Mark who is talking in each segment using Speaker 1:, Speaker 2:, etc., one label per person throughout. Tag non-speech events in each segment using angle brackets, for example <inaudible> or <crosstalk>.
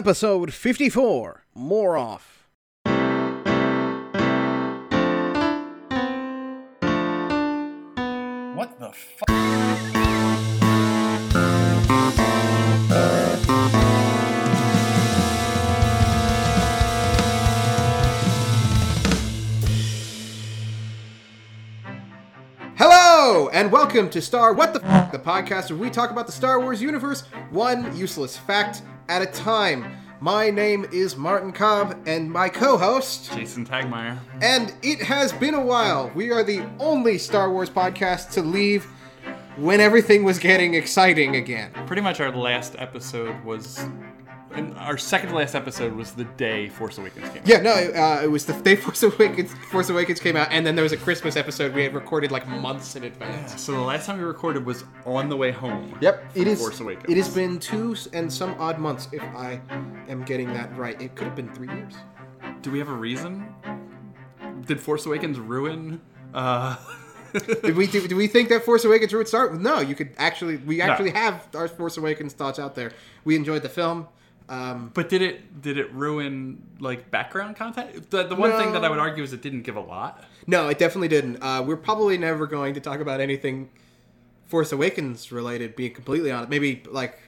Speaker 1: Episode 54 More Off.
Speaker 2: What the fuck?
Speaker 3: Hello and welcome to Star What the F- the podcast where we talk about the Star Wars universe one useless fact at a time. My name is Martin Cobb and my co-host
Speaker 2: Jason Tagmeyer.
Speaker 3: and it has been a while. We are the only Star Wars podcast to leave when everything was getting exciting again.
Speaker 2: Pretty much our last episode was. And our second to last episode was the day Force Awakens came out.
Speaker 3: Yeah, no, uh, it was the day <laughs> Force Awakens Force Awakens came out and then there was a Christmas episode we had recorded like months in advance.
Speaker 2: So the last time we recorded was on the way home.
Speaker 3: Yep,
Speaker 2: from
Speaker 3: it is.
Speaker 2: Force Awakens.
Speaker 3: It has been two s- and some odd months, if I am getting that right. It could have been three
Speaker 2: <laughs>
Speaker 3: years.
Speaker 2: Do we have a reason? Did Force Awakens ruin? Uh, <laughs>
Speaker 3: Did we? Do, do we think that Force Awakens would start? with? No, you could actually. We actually
Speaker 2: No.
Speaker 3: have our Force Awakens thoughts out there. We enjoyed the film. Um,
Speaker 2: but did it did it ruin like background content? The, the one thing that I would
Speaker 3: No.
Speaker 2: argue is it didn't give a lot.
Speaker 3: no, it definitely didn't. Uh, we're probably never going to talk about anything Force Awakens related. Being completely honest, maybe like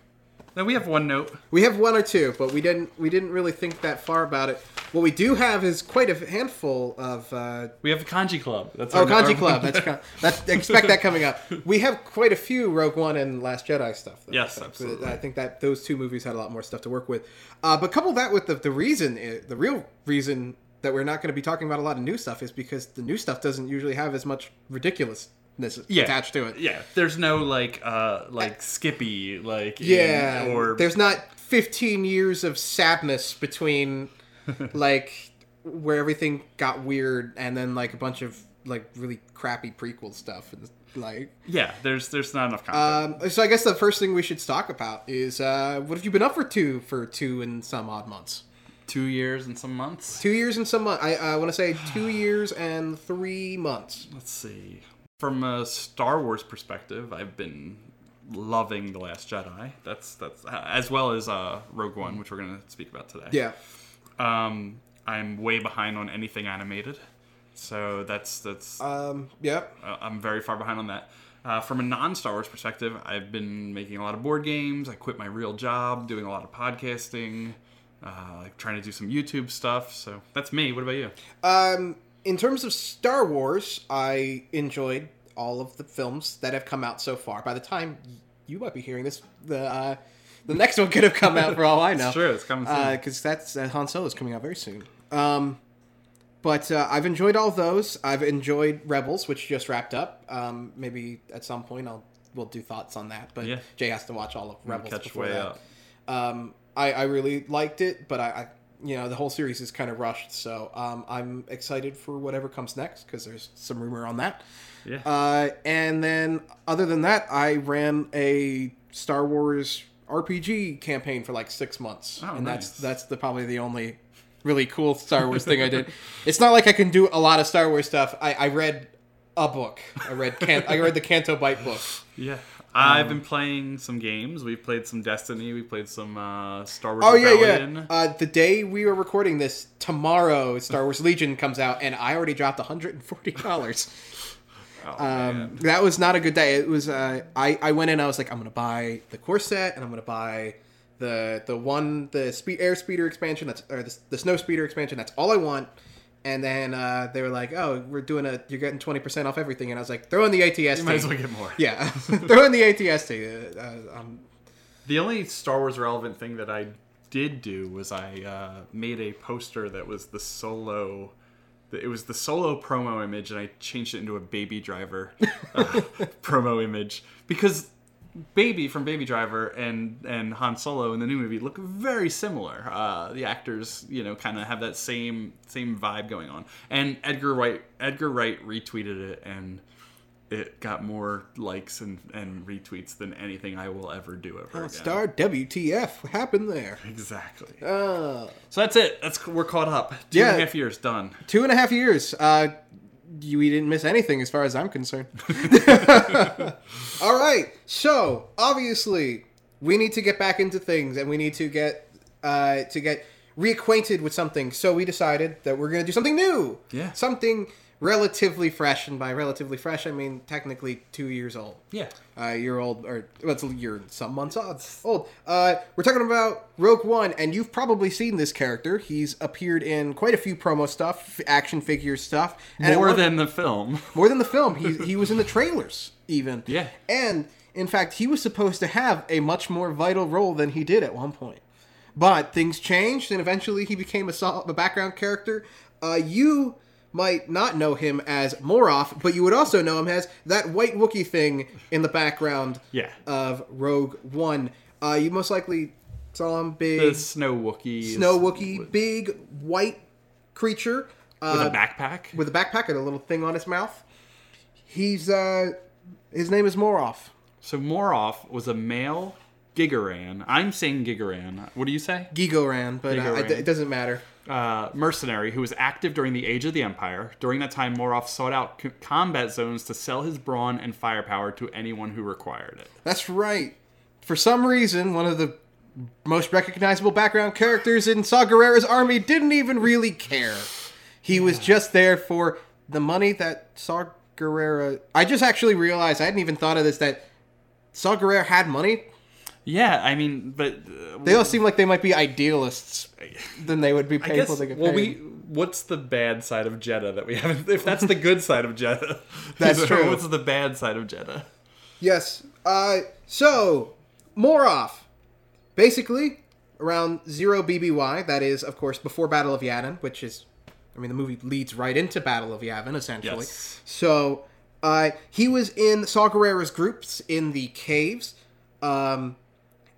Speaker 2: Now we have one note.
Speaker 3: We have one or two, but we didn't we didn't really think that far about it. What we do have is quite a handful of uh,
Speaker 2: We have Kanji Club. That's
Speaker 3: Oh,
Speaker 2: our-
Speaker 3: Kanji
Speaker 2: our-
Speaker 3: Club. <laughs> That's, co- that's expect that coming up. We have quite a few Rogue One and Last Jedi stuff. Though,
Speaker 2: Yes,
Speaker 3: So,
Speaker 2: absolutely.
Speaker 3: I think that those two movies had a lot more stuff to work with. Uh, but couple that with the the reason, i- the real reason that we're not going to be talking about a lot of new stuff is because the new stuff doesn't usually have as much ridiculousness
Speaker 2: Yeah.
Speaker 3: attached to it.
Speaker 2: <laughs> Yeah, there's no like uh like Skippy like in-
Speaker 3: Yeah,
Speaker 2: or
Speaker 3: there's not 15 years of sadness
Speaker 2: <laughs>
Speaker 3: between like where everything got weird and then like a bunch of like really crappy prequel stuff and like
Speaker 2: yeah there's there's not enough content.
Speaker 3: um, so I guess the first thing we should talk about is uh, what have you been up for two for two and some odd months?
Speaker 2: Two years and some months.
Speaker 3: Two years and some months. I, I want to say two years and three months.
Speaker 2: Let's see. From a Star Wars perspective, I've been loving the Last Jedi. That's that's as well as uh, Rogue One, which we're gonna speak about today.
Speaker 3: Yeah,
Speaker 2: Um, I'm way behind on anything animated, so that's that's
Speaker 3: um, yeah.
Speaker 2: Uh, I'm very far behind on that. Uh, from a non-Star Wars perspective, I've been making a lot of board games. I quit my real job, doing a lot of podcasting, uh, trying to do some YouTube stuff. So that's me. What about you?
Speaker 3: Um, in terms of Star Wars, I enjoyed all of the films that have come out so far. By the time you might be hearing this, the uh, the next one could have come out for all I know.
Speaker 2: Sure, it's coming soon.
Speaker 3: because that's uh, Han Solo is coming out very soon. Um, but uh, I've enjoyed all those. I've enjoyed Rebels, which just wrapped up. Um, maybe at some point I'll we'll do thoughts on that. But
Speaker 2: Yeah.
Speaker 3: Jay has to watch all of Rebels
Speaker 2: catch
Speaker 3: before
Speaker 2: way
Speaker 3: that.
Speaker 2: up.
Speaker 3: Um, I, I really liked it, but I, I you know the whole series is kind of rushed, so um, I'm excited for whatever comes next because there's some rumor on that.
Speaker 2: Yeah.
Speaker 3: Uh, and then, other than that, I ran a Star Wars RPG campaign for like six months,
Speaker 2: Oh,
Speaker 3: and
Speaker 2: nice.
Speaker 3: that's that's the probably the only really cool Star Wars thing
Speaker 2: <laughs>
Speaker 3: I did. It's not like I can do a lot of Star Wars stuff. I, I read a book. I read can- I read the Canto Bite book.
Speaker 2: yeah. I've
Speaker 3: um,
Speaker 2: been playing some games. We've played some Destiny. We played some uh, Star Wars
Speaker 3: Oh yeah,
Speaker 2: Rebellion.
Speaker 3: yeah. Uh, the day we were recording this, tomorrow Star Wars Legion comes out, and I already dropped one hundred and forty
Speaker 2: <laughs>
Speaker 3: dollars.
Speaker 2: Oh,
Speaker 3: Um,
Speaker 2: man.
Speaker 3: that was not a good day. It was. Uh, I I went in. I was like, I'm gonna buy the core set, and I'm gonna buy the the one the speed air speeder expansion. That's or the, the snow speeder expansion. That's all I want. And then uh, they were like, "Oh, we're doing a. You're getting twenty percent off everything." And I was like, "Throw in the ATST."
Speaker 2: You <laughs> might as well get more.
Speaker 3: yeah, <laughs> throw in the ATST. Uh, uh, um,
Speaker 2: The only Star Wars relevant thing that I did do was I uh, made a poster that was the solo. It was the solo promo image, and I changed it into a Baby
Speaker 3: <laughs>
Speaker 2: Driver uh, promo image because Baby from Baby Driver and and Han Solo in the new movie look very similar. Uh, the actors, you know, kind of have that same same vibe going on. And Edgar Wright Edgar Wright retweeted it, and it got more likes and, and retweets than anything I will ever do ever. again.
Speaker 3: Oh, Star WTF? What happened there?
Speaker 2: Exactly.
Speaker 3: Uh,
Speaker 2: So that's it. That's we're caught up. Two and a half
Speaker 3: Yeah.
Speaker 2: years done.
Speaker 3: two and a half years. Uh, you, we didn't miss anything as far as I'm concerned. All right. So, obviously, we need to get back into things and we need to get uh, to get reacquainted with something. So we decided that we're going to do something new.
Speaker 2: Yeah.
Speaker 3: Something relatively fresh, and by relatively fresh, I mean technically two years old.
Speaker 2: Yeah.
Speaker 3: A year Uh, old, or well, it's a year and some months old. Old. Uh, we're talking about Rogue One, and you've probably seen this character. He's appeared in quite a few promo stuff, action figure stuff, and at
Speaker 2: More
Speaker 3: one-
Speaker 2: than the film. <laughs>
Speaker 3: more than the film. He he was in the trailers even.
Speaker 2: Yeah.
Speaker 3: And in fact, he was supposed to have a much more vital role than he did at one point. But things changed, and eventually he became a, sol- a background character. Uh, you might not know him as Moroff, but you would also know him as that white Wookiee thing in the background
Speaker 2: Yeah.
Speaker 3: of Rogue One. Uh, you most likely saw him big
Speaker 2: The Snow Wookiee. is-
Speaker 3: snow Wookiee, big white creature. Uh,
Speaker 2: With a backpack.
Speaker 3: with a backpack and a little thing on his mouth. He's uh his name is Moroff.
Speaker 2: So Moroff was a male Gigaran. I'm saying Gigaran. What do you say?
Speaker 3: Gigoran, but uh,
Speaker 2: Gigoran.
Speaker 3: it, it doesn't matter.
Speaker 2: uh, mercenary who was active during the Age of the Empire. During that time, Morov sought out c- combat zones to sell his brawn and firepower to anyone who required it.
Speaker 3: That's right. For some reason, one of the most recognizable background characters in Saw Gerrera's army didn't even really care. He was just there for the money that Saw Gerrera. I just actually realized I hadn't even thought of this that Saw Gerrera had money.
Speaker 2: Yeah, I mean, but uh,
Speaker 3: They all seem like they might be idealists than they would be
Speaker 2: I
Speaker 3: paid
Speaker 2: guess,
Speaker 3: what they get
Speaker 2: well,
Speaker 3: paid.
Speaker 2: we what's the bad side of Jeddah that we haven't? If that's the good side of Jeddah,
Speaker 3: <laughs> That's true.
Speaker 2: <laughs> What's the bad side of Jeddah?
Speaker 3: Yes. Uh, so, Moroff. Basically, around 0 BBY, that is, of course, before Battle of Yavin, which is, I mean, the movie leads right into Battle of Yavin, essentially.
Speaker 2: Yes.
Speaker 3: So, uh, he was in Saw Gerrera's groups in the caves. Um,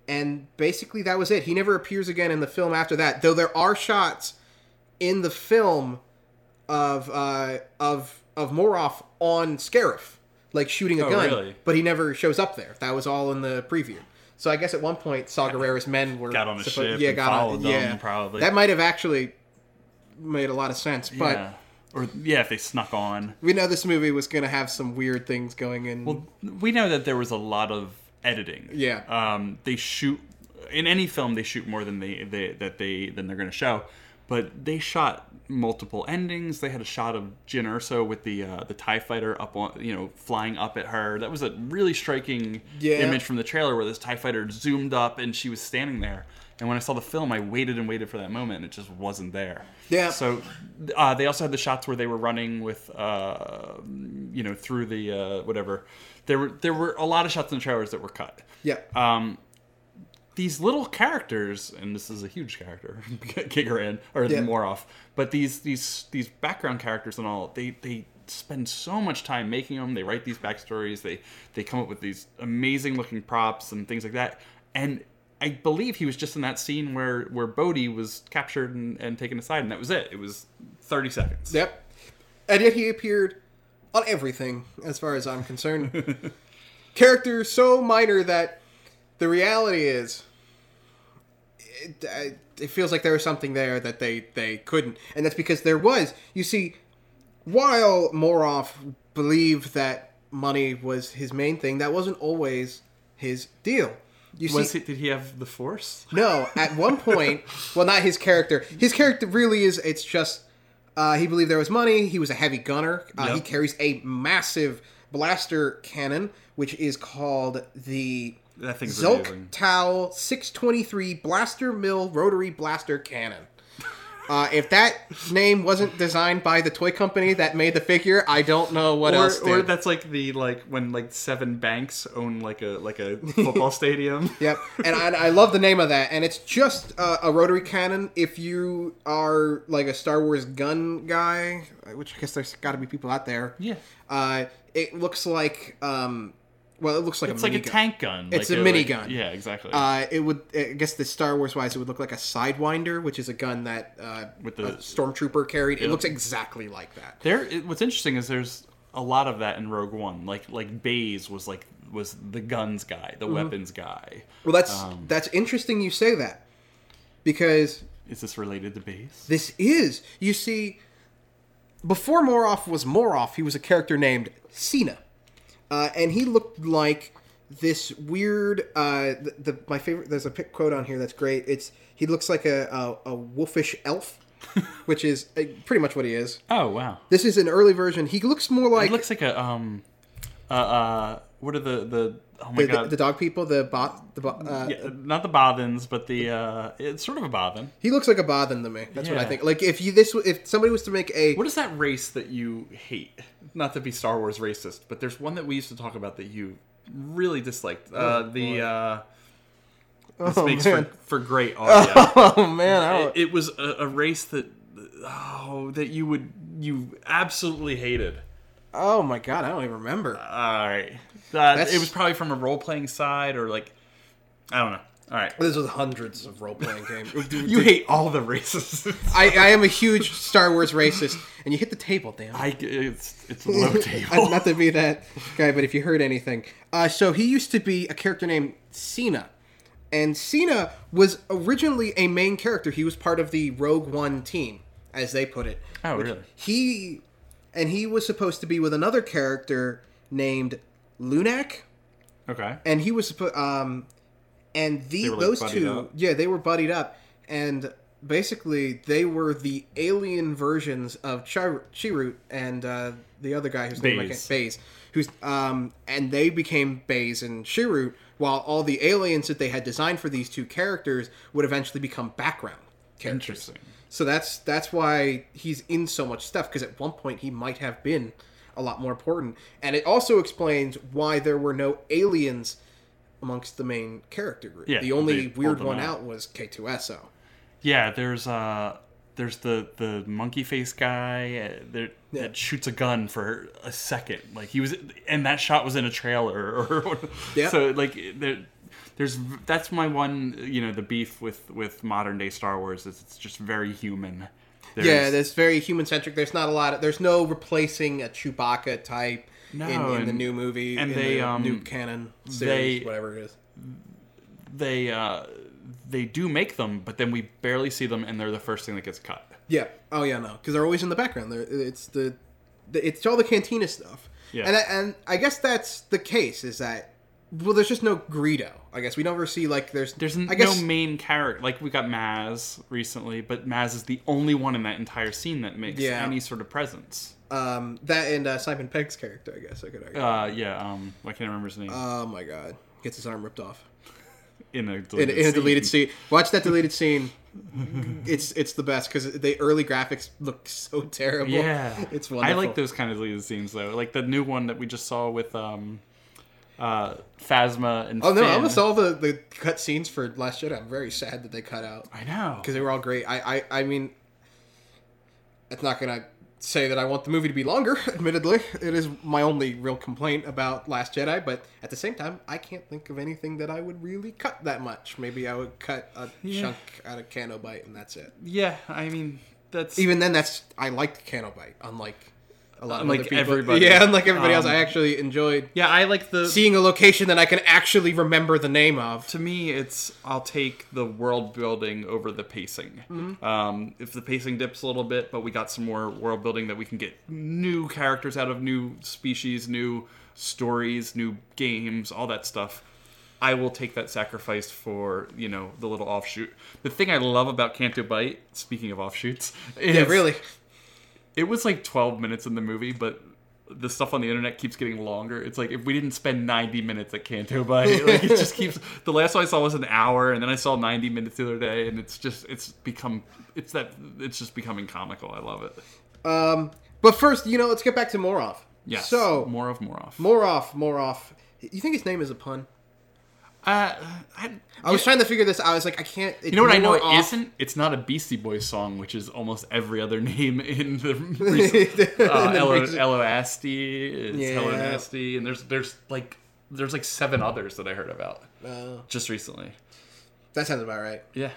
Speaker 3: and basically, that was it. He never appears again in the film after that, though there are shots in the film of uh, of of Moroff on Scarif, like shooting a
Speaker 2: Oh,
Speaker 3: gun,
Speaker 2: really?
Speaker 3: but he never shows up there. That was all in the preview. So I guess at one point Saw Gerrera's men were
Speaker 2: Got on a ship and followed them, probably.
Speaker 3: that might have actually made a lot of sense, but
Speaker 2: yeah. Or yeah, if they snuck on.
Speaker 3: we know this movie was going to have some weird things going in.
Speaker 2: Well, we know that there was a lot of editing.
Speaker 3: Yeah.
Speaker 2: Um, they shoot in any film. They shoot more than they, they that they than they're going to show. But they shot multiple endings. They had a shot of Jin Erso with the uh, the Tie Fighter up on you know flying up at her. That was a really striking
Speaker 3: Yeah.
Speaker 2: image from the trailer where this Tie Fighter zoomed up and she was standing there. And when I saw the film, I waited and waited for that moment, and it just wasn't there.
Speaker 3: Yeah.
Speaker 2: So uh, they also had the shots where they were running with, uh, you know, through the uh, whatever. There were there were a lot of shots in the trailers that were cut.
Speaker 3: yeah,
Speaker 2: Um, these little characters, and this is a huge character, <laughs> Gigaran or
Speaker 3: Yeah.
Speaker 2: Moroff, but these these these background characters and all, they they spend so much time making them. They write these backstories. They they come up with these amazing looking props and things like that. And I believe he was just in that scene where where Bodhi was captured and, and taken aside, and that was it. It was thirty seconds.
Speaker 3: yep. And yet he appeared on everything, as far as I'm concerned.
Speaker 2: <laughs>
Speaker 3: Character so minor that the reality is it, I- it feels like there was something there that they they couldn't and that's because there was you see while moroff believed that money was his main thing that wasn't always his deal you
Speaker 2: Was
Speaker 3: see
Speaker 2: he, did he have the Force?
Speaker 3: no at one point well not his character his character really is it's just uh, he believed there was money he was a heavy gunner uh, he
Speaker 2: Yep.
Speaker 3: carries a massive blaster cannon which is called the
Speaker 2: That thing's amazing.
Speaker 3: Zilk Tau 623 Blaster Mill Rotary Blaster Cannon. Uh, if that name wasn't designed by the toy company that made the figure, I don't know what
Speaker 2: or,
Speaker 3: else did.
Speaker 2: or that's like the like when like seven banks own like a
Speaker 3: <laughs>
Speaker 2: like a football stadium.
Speaker 3: Yep, and I, and I love the name of that. And it's just uh, a rotary cannon. If you are like a Star Wars gun guy, which I guess there's got to be people out there.
Speaker 2: Yeah.
Speaker 3: Uh, it looks like, um, well, it looks like
Speaker 2: It's
Speaker 3: a
Speaker 2: like a
Speaker 3: minigun.
Speaker 2: tank gun.
Speaker 3: It's
Speaker 2: like
Speaker 3: a
Speaker 2: like-
Speaker 3: minigun.
Speaker 2: yeah, exactly.
Speaker 3: Uh, it would, I guess, the Star Wars wise, it would look like a Sidewinder, which is a gun that uh,
Speaker 2: With the-
Speaker 3: a stormtrooper carried. It looks exactly like that.
Speaker 2: there. It, what's interesting is there's a lot of that in Rogue One. Like like Baze was like was the guns guy,
Speaker 3: Mm-hmm.
Speaker 2: the weapons guy.
Speaker 3: Well, that's
Speaker 2: Um,
Speaker 3: that's interesting. You say that because
Speaker 2: Is this related to Baze?
Speaker 3: this is, you see, before Moroff was Moroff, he was a character named Cena, uh, and he looked like this weird uh the, the my favorite there's a pic quote on here that's great it's he looks like a a, a wolfish
Speaker 2: <laughs>
Speaker 3: elf which is uh, pretty much what he is
Speaker 2: Oh wow.
Speaker 3: this is an early version he looks more like
Speaker 2: It looks like a um, uh, uh what are the the oh my
Speaker 3: the, the,
Speaker 2: god.
Speaker 3: the dog people the bot the bo- uh,
Speaker 2: yeah, not the bothins, but the uh, it's sort of a bothin.
Speaker 3: he looks like a bothin to me that's what i
Speaker 2: Yeah.
Speaker 3: think like if you this if somebody was to make a <laughs>
Speaker 2: What is that race that you hate? Not to be Star Wars racist, but there's one that we used to talk about that you really disliked. Uh, the uh, this
Speaker 3: Oh,
Speaker 2: makes
Speaker 3: man.
Speaker 2: for,
Speaker 3: <laughs>
Speaker 2: for great audio.
Speaker 3: oh man I
Speaker 2: it,
Speaker 3: don't,
Speaker 2: it was a, a race that oh that you would you absolutely hated.
Speaker 3: oh my god i don't even remember
Speaker 2: All right,
Speaker 3: That's-
Speaker 2: it was probably from a role playing side or like I don't know. All right,
Speaker 3: this was hundreds of role-playing games
Speaker 2: you hate all
Speaker 3: <laughs>
Speaker 2: the races.
Speaker 3: I, I am a huge Star Wars racist, and you hit the table, damn.
Speaker 2: I it's
Speaker 3: <laughs>
Speaker 2: it's low
Speaker 3: Uh,
Speaker 2: table.
Speaker 3: Not to be that guy, but if you heard anything. Uh, so he used to be a character named Cena. And Cena was originally a main character. He was part of the Rogue One team, as they put it.
Speaker 2: Oh,
Speaker 3: Which
Speaker 2: really?
Speaker 3: He and he was supposed to be with another character named Lunac,
Speaker 2: Okay.
Speaker 3: and he was suppo- um and the
Speaker 2: were, like,
Speaker 3: those
Speaker 2: buddied
Speaker 3: two
Speaker 2: up?
Speaker 3: yeah they were buddied up and basically they were the alien versions of Chir- Chirrut and uh, the other guy who's name I can't
Speaker 2: Baze.
Speaker 3: Baze who's um and they became Baze and Chirrut while all the aliens that they had designed for these two characters would eventually become background characters
Speaker 2: Interesting.
Speaker 3: so that's that's why he's in so much stuff because at one point he might have been a lot more important, and it also explains why there were no aliens amongst the main character group.
Speaker 2: Yeah,
Speaker 3: the only
Speaker 2: they pulled
Speaker 3: weird
Speaker 2: them
Speaker 3: one out.
Speaker 2: out.
Speaker 3: was K2SO.
Speaker 2: Yeah, there's uh there's the the monkey face guy uh, that, that shoots a gun for a second. Like he was and that shot was in a trailer <laughs> or or-
Speaker 3: Yeah.
Speaker 2: so like there there's v- that's my one you know the beef with with modern day Star Wars is it's just very human. There's,
Speaker 3: yeah, that's very human centric. There's not a lot. Of, there's no replacing a Chewbacca type
Speaker 2: No,
Speaker 3: in, in the
Speaker 2: and-
Speaker 3: new movie
Speaker 2: and
Speaker 3: in
Speaker 2: they,
Speaker 3: the
Speaker 2: um,
Speaker 3: new canon series,
Speaker 2: they-
Speaker 3: whatever it is.
Speaker 2: they uh they do make them, but then we barely see them and they're the first thing that gets cut.
Speaker 3: Yeah. Oh yeah, no, because they're always in the background. They're, it's the, the it's all the cantina stuff.
Speaker 2: Yeah.
Speaker 3: And I, and I guess that's the case is that well, there's just no Greedo. I guess we never see like there's
Speaker 2: There's n-
Speaker 3: I guess
Speaker 2: no main character. Like we got Maz recently, but Maz is the only one in that entire scene that makes
Speaker 3: Yeah.
Speaker 2: any sort of presence.
Speaker 3: um that and uh, Simon Pegg's character. I guess I could argue.
Speaker 2: Uh, yeah. Um, I can't remember his name.
Speaker 3: oh my god, gets his arm ripped off
Speaker 2: in a
Speaker 3: in,
Speaker 2: deleted
Speaker 3: in a deleted
Speaker 2: scene.
Speaker 3: scene. Watch that deleted scene. It's it's the best because the early graphics look so terrible.
Speaker 2: Yeah,
Speaker 3: <laughs> it's wonderful.
Speaker 2: I like those kind of deleted scenes though, like the new one that we just saw with um, uh, Phasma and.
Speaker 3: Oh no!
Speaker 2: Finn.
Speaker 3: Almost all the the cut scenes for Last Jedi. I'm very sad that they cut out.
Speaker 2: I know.
Speaker 3: because they were all great. I, I, I mean, it's not gonna say that I want the movie to be longer. <laughs> Admittedly, it is my only real complaint about Last Jedi. But at the same time, I can't think of anything that I would really cut that much. Maybe I would cut a chunk out of Cano Bite, and that's it.
Speaker 2: Yeah, I mean that's
Speaker 3: Even then, that's I liked Cano Bite, unlike a lot
Speaker 2: Unlike
Speaker 3: of other people.
Speaker 2: everybody.
Speaker 3: Yeah, unlike everybody else,
Speaker 2: Um,
Speaker 3: I actually enjoyed
Speaker 2: yeah. I like the.
Speaker 3: seeing a location that I can actually remember the name of.
Speaker 2: to me, it's I'll take the world building over the pacing.
Speaker 3: Mm-hmm.
Speaker 2: Um, if the pacing dips a little bit, but we got some more world building that we can get new characters out of, new species, new stories, new games, all that stuff. I will take that sacrifice for you know the little offshoot. The thing I love about Canto Bite, speaking of offshoots, is
Speaker 3: Yeah, really.
Speaker 2: it was like 12 minutes in the movie, but the stuff on the internet keeps getting longer. It's like if we didn't spend 90 minutes at Canto
Speaker 3: <laughs>
Speaker 2: Bite, like it just keeps. The last one I saw was an hour, and then I saw 90 minutes the other day, and it's just it's become it's that it's just becoming comical. I love it.
Speaker 3: Um, but first, you know, let's get back to Morov.
Speaker 2: Yes.
Speaker 3: So
Speaker 2: more of more off.
Speaker 3: Moroff, Moroff. You think his name is a pun?
Speaker 2: uh, I,
Speaker 3: I was trying to figure this out. I was like, I can't.
Speaker 2: you know what I know it
Speaker 3: <laughs>
Speaker 2: not It's not a Beastie Boys song, which is almost every other <laughs> name in the
Speaker 3: <laughs>
Speaker 2: recent, uh,
Speaker 3: In the
Speaker 2: Elo,
Speaker 3: recent-
Speaker 2: Elo Asti, it's Hello
Speaker 3: Yeah.
Speaker 2: Nasty, E, and there's there's like there's like seven others that I heard about
Speaker 3: Oh,
Speaker 2: just recently.
Speaker 3: that sounds about right.
Speaker 2: Yeah.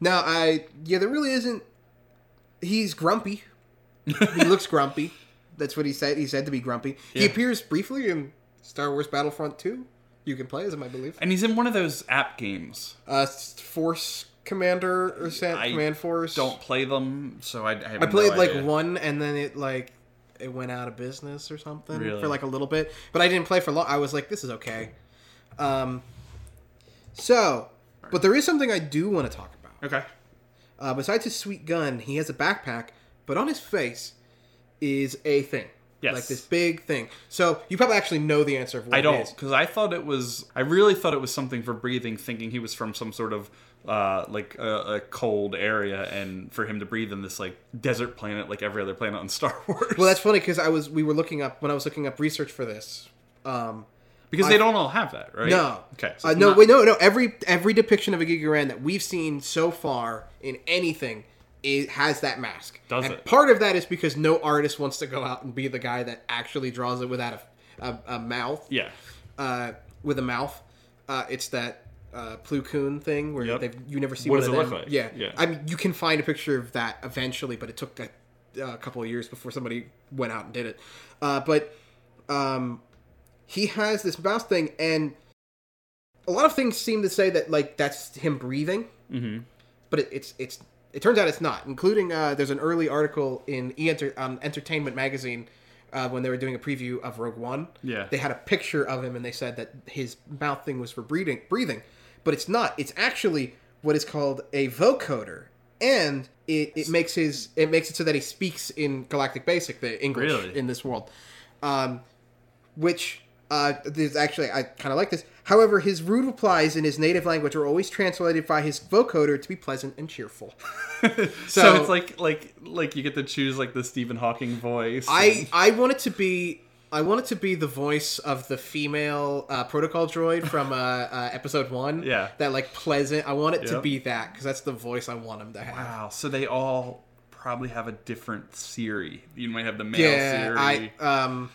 Speaker 3: No, I yeah, there really isn't. He's grumpy.
Speaker 2: <laughs>
Speaker 3: he looks grumpy. That's what he said. He said to be grumpy. He
Speaker 2: Yeah.
Speaker 3: appears briefly in Star Wars Battlefront Two. You can play as him, I believe.
Speaker 2: And he's in one of those app games.
Speaker 3: Uh, Force Commander or Sa-
Speaker 2: I
Speaker 3: Command Force.
Speaker 2: Don't play them, so I, I, have
Speaker 3: I played
Speaker 2: no
Speaker 3: like
Speaker 2: idea.
Speaker 3: one, and then it like it went out of business or something
Speaker 2: Really?
Speaker 3: for like a little bit. But I didn't play for long. I was like, this is okay. Um, so, but there is something I do want to talk about.
Speaker 2: Okay.
Speaker 3: Uh, besides his sweet gun, he has a backpack, but on his face is a thing.
Speaker 2: Yes.
Speaker 3: Like this big thing. So you probably actually know the answer of what
Speaker 2: I
Speaker 3: it
Speaker 2: don't
Speaker 3: is.
Speaker 2: because I thought it was. I really thought it was something for breathing, thinking he was from some sort of uh, like a, a cold area, and for him to breathe in this like desert planet, like every other planet on Star <laughs> Wars.
Speaker 3: Well, that's funny because I was we were looking up when I was looking up research for this. Um,
Speaker 2: because they don't all have that, right?
Speaker 3: no,
Speaker 2: Okay.
Speaker 3: uh,
Speaker 2: it's
Speaker 3: no,
Speaker 2: not-
Speaker 3: wait, no, no. Every every depiction of a Gigaran that we've seen so far in anything is, has that mask.
Speaker 2: Does
Speaker 3: and
Speaker 2: it?
Speaker 3: Part of that is because no artist wants to go out and be the guy that actually draws it without a, a, a mouth.
Speaker 2: Yeah.
Speaker 3: uh, with a mouth. Uh, it's that uh, Plukun thing where
Speaker 2: Yep.
Speaker 3: they've, you never see
Speaker 2: What
Speaker 3: one
Speaker 2: does
Speaker 3: of
Speaker 2: it look
Speaker 3: them.
Speaker 2: like?
Speaker 3: Yeah.
Speaker 2: Yeah.
Speaker 3: I mean, you can find a picture of that eventually, but it took a, a couple of years before somebody went out and did it. Uh, but um, he has this mouse thing, and a lot of things seem to say that like that's him breathing,
Speaker 2: Mm-hmm.
Speaker 3: but it, it's it's. It turns out it's not, including uh, there's an early article in e Enter- um, Entertainment Magazine uh, when they were doing a preview of Rogue One
Speaker 2: Yeah.
Speaker 3: they had a picture of him and they said that his mouth thing was for breathing breathing but it's not it's actually what is called a vocoder and it, it makes his it makes it so that he speaks in galactic basic the english
Speaker 2: Really?
Speaker 3: in this world um, which uh, there's actually i kind of like this however his rude replies in his native language are always translated by his vocoder to be pleasant and cheerful
Speaker 2: <laughs> so,
Speaker 3: So-
Speaker 2: it's like like like you get to choose like the Stephen Hawking voice.
Speaker 3: I I want it to be I want it to be the voice of the female uh, protocol droid from uh, uh, episode one.
Speaker 2: <laughs> Yeah.
Speaker 3: that like pleasant. I want it to
Speaker 2: Yep.
Speaker 3: be that because that's the voice I want him to have.
Speaker 2: wow. So they all probably have a different Siri. You might have the male
Speaker 3: Yeah,
Speaker 2: Siri.
Speaker 3: I um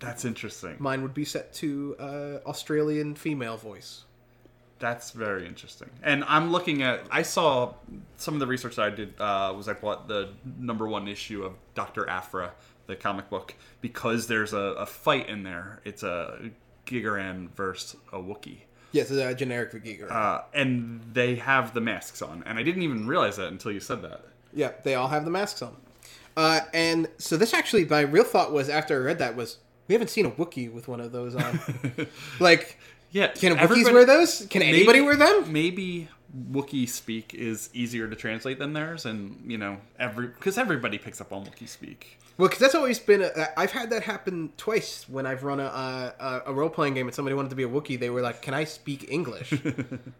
Speaker 2: That's interesting.
Speaker 3: mine would be set to uh, Australian female voice.
Speaker 2: That's very interesting. And I'm looking at. I saw some of the research that I did uh, was I bought the number one issue of Doctor Afra, the comic book, because there's a, a fight in there. It's a Gigaran versus a Wookiee.
Speaker 3: Yes, yeah, a generic Vigiger.
Speaker 2: Uh, and they have the masks on, and I didn't even realize that until you said that.
Speaker 3: yeah, they all have the masks on. Uh, and so this actually, my real thought was after I read that was we haven't seen a Wookiee with one of those
Speaker 2: <laughs>
Speaker 3: on. like,
Speaker 2: Yeah,
Speaker 3: can Wookiees
Speaker 2: everybody-
Speaker 3: wear those? Can anybody wear them?
Speaker 2: Maybe Wookiee speak is easier to translate than theirs, and you know, every because everybody picks up on Wookiee speak.
Speaker 3: Well, because that's always been. A, I've had that happen twice when I've run a, a, a role playing game and somebody wanted to be a Wookiee. They were like, "Can I speak
Speaker 2: <laughs>
Speaker 3: English?"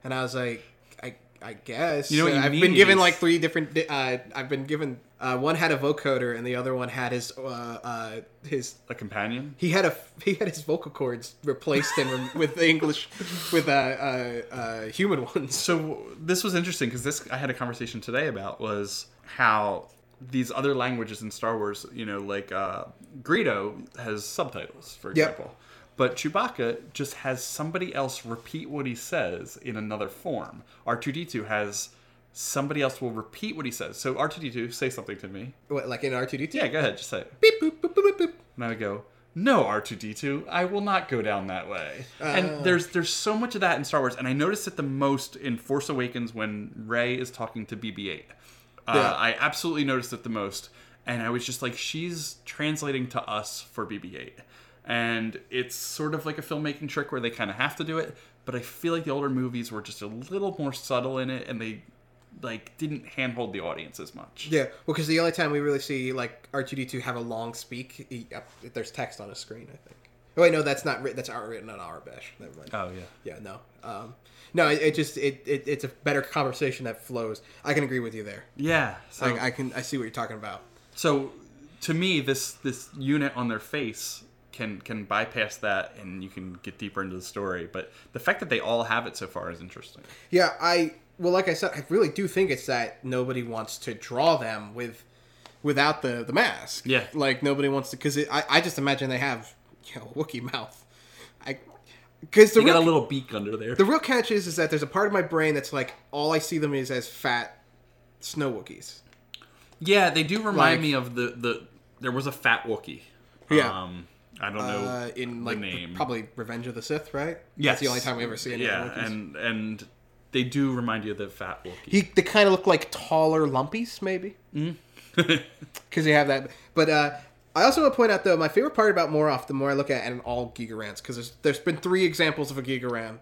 Speaker 3: and I was like, "I, I guess."
Speaker 2: You know what
Speaker 3: And
Speaker 2: you
Speaker 3: I've been
Speaker 2: need
Speaker 3: given
Speaker 2: is-
Speaker 3: like three different. di- Uh, I've been given uh, one had a vocoder and the other one had his uh, uh, his.
Speaker 2: A companion.
Speaker 3: He had a he had his vocal cords replaced and with the English with uh, uh, uh, human ones. <laughs>
Speaker 2: So this was interesting because this I had a conversation today about was how these other languages in Star Wars, you know, like uh, Greedo has subtitles, for
Speaker 3: Yep.
Speaker 2: example, but Chewbacca just has somebody else repeat what he says in another form. R two D two has somebody else will repeat what he says. So R two D two say something to me.
Speaker 3: What, like in R two D two.
Speaker 2: Yeah, go ahead, just say it.
Speaker 3: Beep boop boop boop boop. boop.
Speaker 2: And I would go, "No, R two D two, I will not go down that way."
Speaker 3: Oh.
Speaker 2: and there's there's so much of that in Star Wars, and I noticed it the most in Force Awakens when Rey is talking to BB eight. Uh,
Speaker 3: Yeah.
Speaker 2: I absolutely noticed it the most, and I was just like, "She's translating to us for BB eight. And it's sort of like a filmmaking trick where they kind of have to do it, but I feel like the older movies were just a little more subtle in it, and they like didn't handhold the audience as much.
Speaker 3: Yeah, well, because the only time we really see like R two D two have a long speak, he, uh, there's text on a screen. I think. Oh wait, no, that's not written. That's out written on Arabic. Never mind.
Speaker 2: Oh yeah.
Speaker 3: yeah, no, um, no. It, it just it, it it's a better conversation that flows. I can agree with you there.
Speaker 2: Yeah. So
Speaker 3: Like I can I see what you're talking about.
Speaker 2: So to me, this this unit on their face can can bypass that, and you can get deeper into the story. But the fact that they all have it so far is interesting.
Speaker 3: Yeah, I well, like I said, I really do think it's that nobody wants to draw them with without the the mask.
Speaker 2: Yeah.
Speaker 3: like nobody wants to because I I just imagine they have you know Wookie mouth. I because the
Speaker 2: They got
Speaker 3: real-
Speaker 2: a little beak under there.
Speaker 3: The real catch is, is that there's a part of my brain that's like all I see them is as fat snow Wookiees.
Speaker 2: Yeah, they do remind
Speaker 3: Like-
Speaker 2: me of the the. There was a fat Wookie.
Speaker 3: Yeah.
Speaker 2: Um, I don't know
Speaker 3: Uh, in like
Speaker 2: name.
Speaker 3: probably Revenge of the Sith, right?
Speaker 2: Yes.
Speaker 3: that's the only time we ever see any
Speaker 2: yeah,
Speaker 3: other Wookiees.
Speaker 2: and and they do remind you of the fat Wookie.
Speaker 3: he, they kind of look like taller lumpies, maybe,
Speaker 2: Mm. <laughs>
Speaker 3: because they have that. But uh, I also want to point out though, my favorite part about Moroff, the more I look at, it, and all Gigarans, because there's there's been three examples of a Gigaran.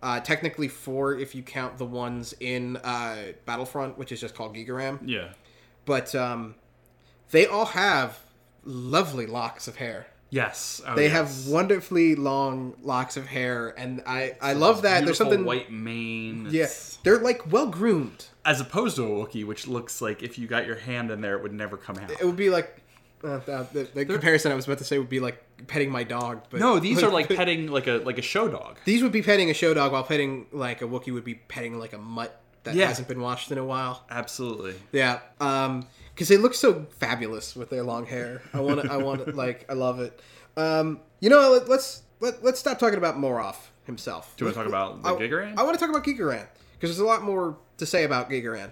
Speaker 3: Uh, technically four if you count the ones in uh, Battlefront, which is just called Gigaram.
Speaker 2: Yeah.
Speaker 3: But um, they all have lovely locks of hair.
Speaker 2: Yes. Oh,
Speaker 3: They
Speaker 2: yes.
Speaker 3: have wonderfully long locks of hair, and I, I
Speaker 2: This
Speaker 3: love that. There's
Speaker 2: beautiful
Speaker 3: something
Speaker 2: white mane.
Speaker 3: Yeah,
Speaker 2: It's-
Speaker 3: they're like well groomed.
Speaker 2: As opposed to a Wookiee, which looks like if you got your hand in there, it would never come out.
Speaker 3: It would be like uh, uh, the, the comparison I was about to say would be like petting my dog. But
Speaker 2: No, these are
Speaker 3: <laughs>
Speaker 2: like petting like a like a show dog.
Speaker 3: these would be petting a show dog, while petting like a Wookiee would be petting like a mutt that
Speaker 2: Yeah.
Speaker 3: hasn't been washed in a while.
Speaker 2: Absolutely.
Speaker 3: Yeah, um, because they look so fabulous with their long hair. I want, I
Speaker 2: <laughs>
Speaker 3: want, like, I love it. Um, you know, let, let's let, let's stop talking about Moroff himself.
Speaker 2: Do you want to talk about the
Speaker 3: I,
Speaker 2: Gigaran?
Speaker 3: I want to talk about Gigaran because there's a lot more to say about Gigaran.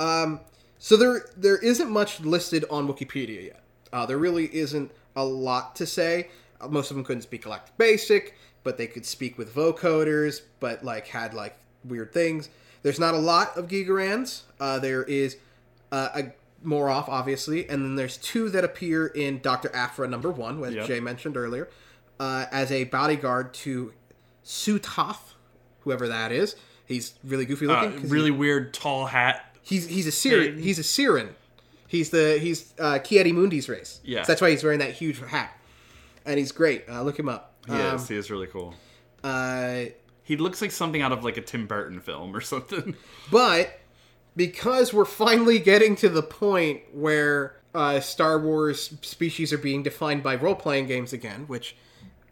Speaker 3: Um, so there there isn't much listed on Wikipedia yet. Uh, there really isn't a lot to say. Uh, most of them couldn't speak Galactic Basic, but they could speak with vocoders, but like had like weird things. There's not a lot of Gigarans. Uh, there is uh, a Moroff, obviously, and then there's two that appear in Doctor Afra number one, as
Speaker 2: Yep.
Speaker 3: Jay mentioned earlier, uh, as a bodyguard to Sutaf, whoever that is. He's really goofy looking.
Speaker 2: Uh,
Speaker 3: 'cause
Speaker 2: really weird tall hat.
Speaker 3: he's he's a Syrian. He's a Syrian. He's the he's uh, Kiedi Mundi's race.
Speaker 2: Yeah.
Speaker 3: so that's why he's wearing that huge hat, and he's great. Uh, look him up.
Speaker 2: Yes, he is really cool.
Speaker 3: Um, uh,
Speaker 2: He looks like something out of like a Tim Burton film or <laughs> something.
Speaker 3: But because we're finally getting to the point where uh, Star Wars species are being defined by role playing games again, which,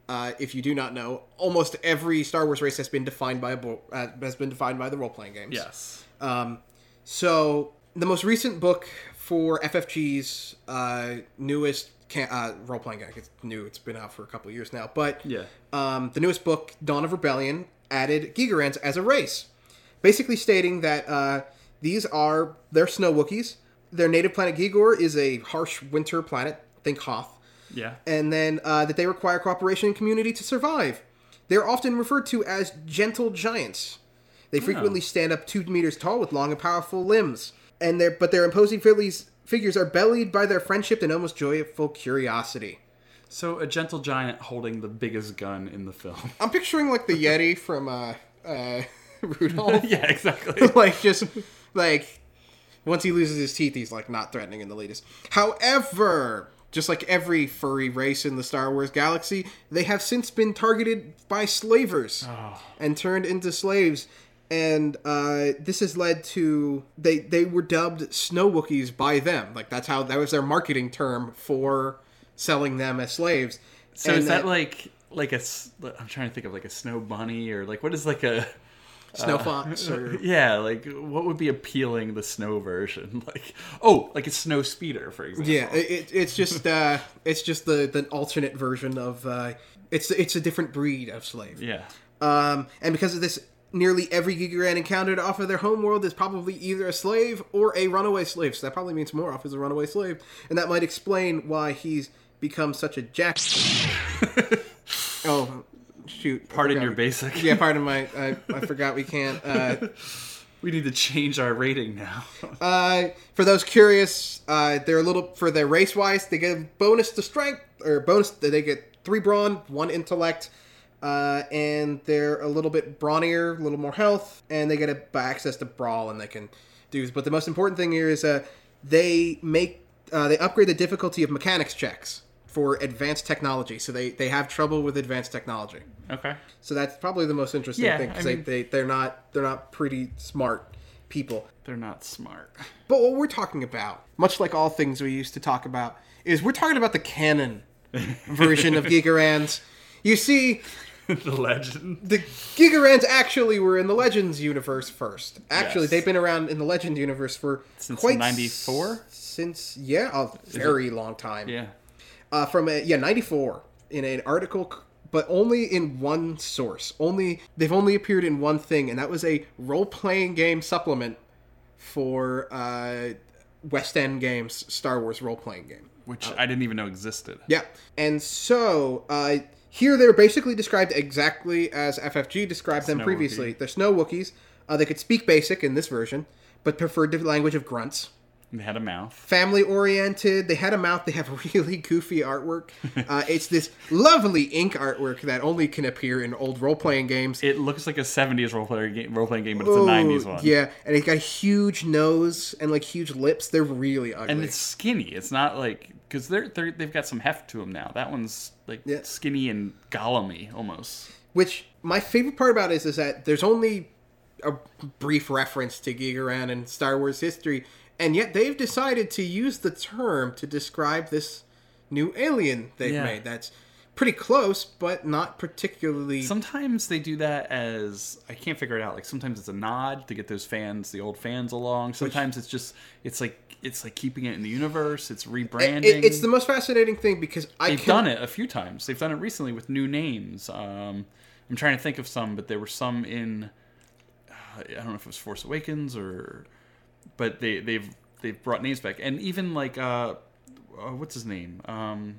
Speaker 3: uh, if you do not know, almost every Star Wars race has been defined by a bo- uh, has been defined by the role playing games.
Speaker 2: Yes.
Speaker 3: So the most recent book for FFG's uh, newest can- uh, role playing game, it's new. It's been out for a couple of years now, but
Speaker 2: Yeah.
Speaker 3: um, the newest book, Dawn of Rebellion, added Gigarans as a race, basically stating that uh, these are they're snow Wookiees. Their native planet Gigor is a harsh winter planet. Think Hoth
Speaker 2: Yeah.
Speaker 3: and then uh, that they require cooperation and community to survive. They're often referred to as gentle giants. They frequently stand up two meters tall with long and powerful limbs, and their but their imposing figures figures are bellied by their friendship and almost joyful curiosity.
Speaker 2: So a gentle giant holding the biggest gun in the film.
Speaker 3: I'm picturing like the <laughs> Yeti from uh, uh, <laughs> Rudolph,
Speaker 2: <laughs> yeah, exactly.
Speaker 3: <laughs> like just like once he loses his teeth, he's like not threatening in the latest. However, just like every furry race in the Star Wars galaxy, they have since been targeted by slavers and turned into slaves. And uh, this has led to they they were dubbed snow Wookiees by them. Like that's how that was their marketing term for selling them as slaves.
Speaker 2: <laughs> So
Speaker 3: And
Speaker 2: is that, like like a? s- I'm trying to think of like a snow bunny or like what is like a
Speaker 3: snow fox or
Speaker 2: yeah like what would be appealing the snow version <laughs> like oh like a snow speeder for example
Speaker 3: Yeah, it, it- it's just uh, it's just the the alternate version of uh, it's it's a different breed of slave.
Speaker 2: yeah
Speaker 3: Um, and because of this, nearly every Gigaran encountered off of their homeworld is probably either a slave or a runaway slave. So that probably means Moroff is a runaway slave, and that might explain why he's become such a
Speaker 2: <laughs>
Speaker 3: jack. oh, shoot! I
Speaker 2: pardon
Speaker 3: forgot
Speaker 2: your
Speaker 3: we-
Speaker 2: basic
Speaker 3: Yeah,
Speaker 2: <laughs>
Speaker 3: pardon my I, I forgot we can't. Uh,
Speaker 2: we need to change our rating now <laughs>
Speaker 3: Uh, for those curious, uh, they're a little for their race wise. They get a bonus to strength or bonus. They get three brawn, one intellect, uh, and they're a little bit brawnier, a little more health, and they get a, access to brawl and they can do. But the most important thing here is uh, they make uh, they upgrade the difficulty of mechanics checks for advanced technology. So they they have trouble with advanced technology.
Speaker 2: okay
Speaker 3: So that's probably the most interesting
Speaker 2: Yeah,
Speaker 3: thing 'cause
Speaker 2: I
Speaker 3: they,
Speaker 2: mean-
Speaker 3: they they're not they're not pretty smart people.
Speaker 2: they're not smart
Speaker 3: But what we're talking about, much like all things we used to talk about, is we're talking about the
Speaker 2: <laughs>
Speaker 3: canon version of Gigarans. You see,
Speaker 2: <laughs> the legend
Speaker 3: the Gigarans actually were in the Legends universe first. Actually,
Speaker 2: Yes.
Speaker 3: they've been around in the Legend universe for
Speaker 2: Since
Speaker 3: quite s-
Speaker 2: 94?
Speaker 3: Since yeah, a very long time.
Speaker 2: yeah
Speaker 3: Uh, from a, yeah, ninety four in an article, c- but only in one source. Only they've only appeared in one thing, and that was a role playing game supplement for uh, West End Games Star Wars role playing game.
Speaker 2: which i didn't even know existed
Speaker 3: Yeah, and so uh, here they're basically described exactly as FFG described them
Speaker 2: Snow
Speaker 3: previously. They're snow Wookiees. Uh, they could speak basic in this version, but preferred the language of grunts.
Speaker 2: and they had a mouth.
Speaker 3: family oriented. They had a mouth. They have <laughs> really goofy
Speaker 2: <laughs>
Speaker 3: artwork. Uh, it's this lovely ink artwork that only can appear in old role playing games.
Speaker 2: It looks like a '70s role playing game, role playing game, but it's
Speaker 3: Ooh,
Speaker 2: a '90s one.
Speaker 3: Yeah, and it's got a huge nose and like huge lips. They're really ugly.
Speaker 2: and it's skinny. It's not like because they're, they're they've got some heft to them now. That one's like
Speaker 3: Yeah.
Speaker 2: skinny and gollumy almost.
Speaker 3: Which my favorite part about it is, is that there's only a brief reference to Gigaran and Star Wars history, and yet they've decided to use the term to describe this new alien they've
Speaker 2: Yeah.
Speaker 3: made. That's pretty close, but not particularly.
Speaker 2: Sometimes they do that as I can't figure it out. Like sometimes it's a nod to get those fans, the old fans, along. Sometimes it's just it's like it's like keeping it in the universe. It's rebranding.
Speaker 3: It- it- it's the most fascinating thing because I
Speaker 2: They've
Speaker 3: can,
Speaker 2: done it a few times. They've done it recently with new names. Um, I'm trying to think of some, but there were some in uh, I don't know if it was Force Awakens or, but they they've they've brought names back, and even like uh, uh what's his name um,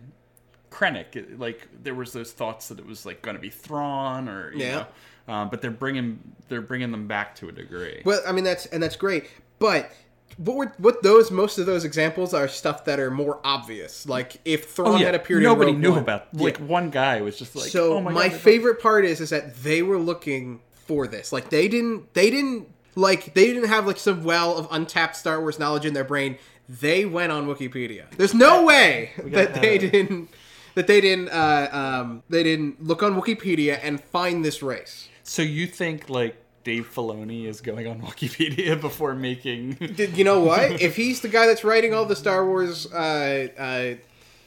Speaker 2: Krennic. It- Like there was those thoughts that it was like going to be Thrawn or you
Speaker 3: Yeah.
Speaker 2: know, uh, but they're bringing they're bringing them back to a degree.
Speaker 3: Well, I mean that's and that's great, but what were what those most of those examples are stuff that are more obvious. Like if Thrawn
Speaker 2: Oh, yeah.
Speaker 3: had appeared,
Speaker 2: Nobody
Speaker 3: in Rogue
Speaker 2: knew
Speaker 3: One.
Speaker 2: about.
Speaker 3: Yeah.
Speaker 2: Like one guy was just like,
Speaker 3: so
Speaker 2: oh my,
Speaker 3: my,
Speaker 2: God, they're-
Speaker 3: favorite part is is that they were looking for this. Like they didn't they didn't like they didn't have like some well of untapped Star Wars knowledge in their brain. They went on Wikipedia. There's no way
Speaker 2: gotta
Speaker 3: that they
Speaker 2: have it.
Speaker 3: didn't that they didn't uh, um, they didn't look on Wikipedia and find this race.
Speaker 2: So you think like Dave Filoni is going on <laughs> Wikipedia before <laughs> making?
Speaker 3: Did- you know what? if he's the guy that's writing all the Star Wars uh, uh,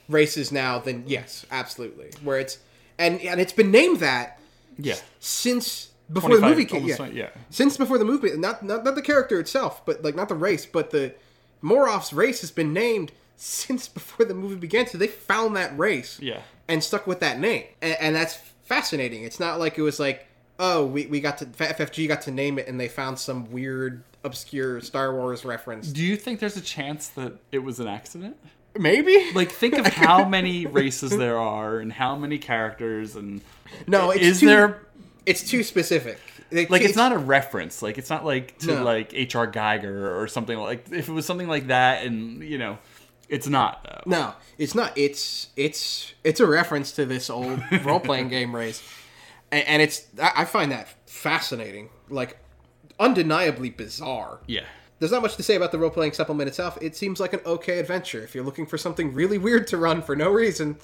Speaker 3: races now, then yes, absolutely. Where it's and and it's been named that
Speaker 2: yeah,
Speaker 3: since before the
Speaker 2: 25
Speaker 3: movie came.
Speaker 2: almost
Speaker 3: Yeah.
Speaker 2: 20, yeah.
Speaker 3: since before the movie. Not, not not the character itself, but like not the race, but the Moroff's race has been named since <laughs> before the movie began. So they found that race,
Speaker 2: Yeah.
Speaker 3: and stuck with that name, and, and that's fascinating. It's not like it was like. Oh, we, we got to FFG got to name it, and they found some weird, obscure Star Wars reference.
Speaker 2: Do you think there's a chance that it was an accident?
Speaker 3: Maybe.
Speaker 2: Like, think <laughs> of how many races there are and how many characters, and
Speaker 3: no, it's
Speaker 2: is
Speaker 3: too,
Speaker 2: there
Speaker 3: It's too specific.
Speaker 2: like it's not a reference? Like, it's not like to
Speaker 3: No.
Speaker 2: like H.R. Geiger or something like. If it was something like that, and you know, it's not though.
Speaker 3: No, it's not. It's it's it's a reference to this
Speaker 2: <laughs>
Speaker 3: old role playing game race, and, and it's I I find that fascinating, like undeniably bizarre.
Speaker 2: Yeah.
Speaker 3: There's not much to say about the role playing supplement itself. It seems like an okay adventure. If you're looking for something really weird to run for no reason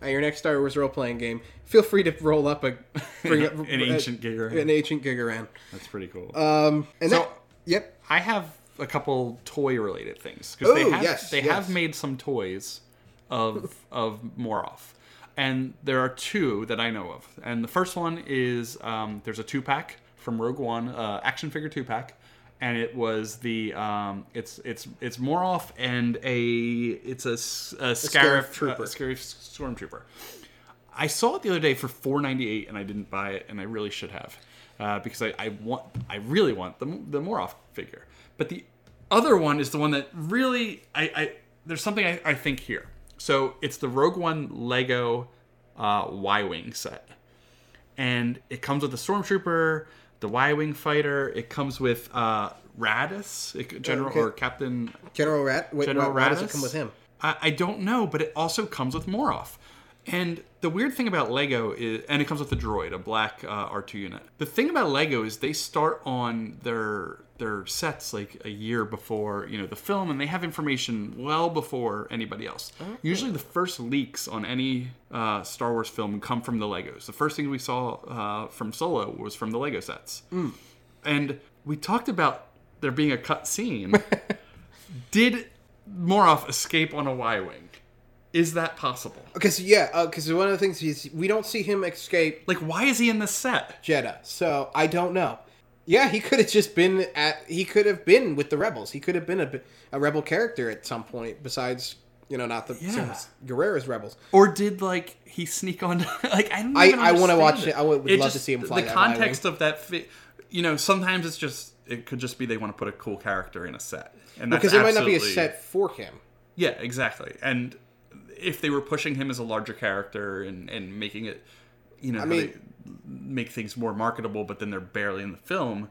Speaker 3: at your next Star Wars role playing game, feel free to roll up
Speaker 2: <laughs>
Speaker 3: a bring up,
Speaker 2: An ancient Gigaran.
Speaker 3: an ancient Gigaran.
Speaker 2: That's pretty cool.
Speaker 3: Um, and
Speaker 2: So-
Speaker 3: that, yep.
Speaker 2: I have a couple toy related things because they
Speaker 3: Oh,
Speaker 2: have
Speaker 3: yes,
Speaker 2: they
Speaker 3: yes.
Speaker 2: have made some toys of of Moroff, and there are two that I know of. And the first one is um, there's a two pack from Rogue One uh, action figure two pack, and it was the um, it's it's it's Moroff and a it's a, s- a
Speaker 3: Scarif
Speaker 2: Scarif
Speaker 3: trooper.
Speaker 2: uh, Scarif stormtrooper. I saw it the other day for four ninety eight, and I didn't buy it, and I really should have, uh, because I, I want, I really want the the Moroff figure. But the other one is the one that really, I, I there's something I, I think here. So it's the Rogue One Lego uh, Y wing set, and it comes with the stormtrooper, the Y wing fighter. It comes with uh, Radis, it- General
Speaker 3: Okay.
Speaker 2: or Captain
Speaker 3: General Rat. Wait,
Speaker 2: General
Speaker 3: why, why does
Speaker 2: Radis?
Speaker 3: it come with him?
Speaker 2: I, I don't know, but it also comes with Moroff. And the weird thing about Lego is, and it comes with a droid, a black uh, R2 unit. The thing about Lego is they start on their their sets like a year before you know the film, and they have information well before anybody else. Usually, the first leaks on any uh, Star Wars film come from the Legos. The first thing we saw uh, from Solo was from the Lego sets, and we talked about there being a cut scene. Did Moroff escape on a Y wing? Is that possible?
Speaker 3: Because yeah, because one of the things is we don't see him escape
Speaker 2: Like, why is he in this set?
Speaker 3: Jeddah. So I don't know. Yeah, he could have just been at. He could have been with the rebels. He could have been a, a rebel character at some point. Besides, you know, not the
Speaker 2: Yeah.
Speaker 3: Guerrera's rebels.
Speaker 2: Or did like he sneak on? <laughs> like, I don't.
Speaker 3: I-
Speaker 2: even
Speaker 3: I wanna
Speaker 2: understand
Speaker 3: watch it. I would- would love to
Speaker 2: just-
Speaker 3: see him fly
Speaker 2: The
Speaker 3: that Y-wing.
Speaker 2: context of that, fi- you know, sometimes it's just it could just be they want to put a cool character in a set, and that's
Speaker 3: Because it might not be a
Speaker 2: absolutely-
Speaker 3: set for him.
Speaker 2: Yeah, exactly. And if they were pushing him as a larger character and and making it, you know, how
Speaker 3: mean-
Speaker 2: they make things more marketable, but then they're barely in the film.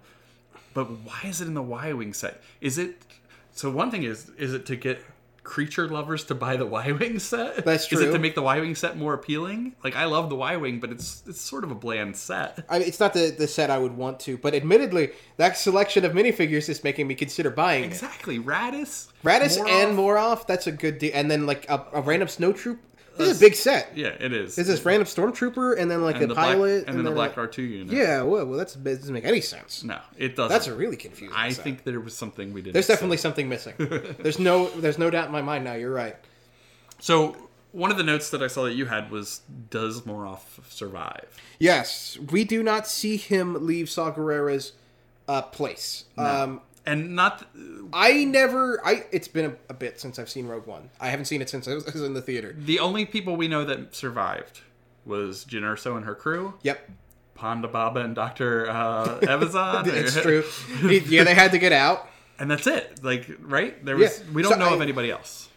Speaker 2: But why is it in the Y wing set? Is it So one thing is, is it to get creature lovers to buy the Y-wing set?
Speaker 3: That's
Speaker 2: Is it
Speaker 3: true.
Speaker 2: to make the Y-wing set more appealing? Like I love the Y-wing, but it's it's sort of a bland set.
Speaker 3: I mean, it's not the, the set I would want to, but admittedly, that selection of minifigures is making me consider buying it.
Speaker 2: Exactly, Radis,
Speaker 3: Radis
Speaker 2: Moroff.
Speaker 3: and Moroff, that's a good deal. And then like a, a random snow troop. This is a big set.
Speaker 2: Yeah, it is.
Speaker 3: There's this random stormtrooper, and then like
Speaker 2: and
Speaker 3: the,
Speaker 2: black-
Speaker 3: pilot,
Speaker 2: and, then the black
Speaker 3: like,
Speaker 2: R two unit.
Speaker 3: Yeah, well, well, that's, that doesn't make any sense.
Speaker 2: no, it doesn't.
Speaker 3: That's a really confusing.
Speaker 2: I
Speaker 3: set.
Speaker 2: think there was something we didn't.
Speaker 3: there's
Speaker 2: see.
Speaker 3: definitely something
Speaker 2: <laughs>
Speaker 3: missing. there's no, there's no doubt in my mind now. You're right.
Speaker 2: So one of the notes that I saw that you had was, "Does Moroff survive?"
Speaker 3: Yes, we do not see him leave Saw Gerrera's uh, place. Um,
Speaker 2: And not
Speaker 3: I never. I it's been a, a bit since I've seen Rogue One. I haven't seen it since I was, I was in the theater.
Speaker 2: the only people we know that survived was Jyn Erso and her crew,
Speaker 3: Yep,
Speaker 2: Ponda Baba and
Speaker 3: <laughs>
Speaker 2: Doctor uh, Evazan.
Speaker 3: it's
Speaker 2: <laughs>
Speaker 3: true. yeah, they had to get out.
Speaker 2: and that's it. Like right there was,
Speaker 3: Yeah.
Speaker 2: we don't
Speaker 3: So
Speaker 2: know of
Speaker 3: I-
Speaker 2: anybody else.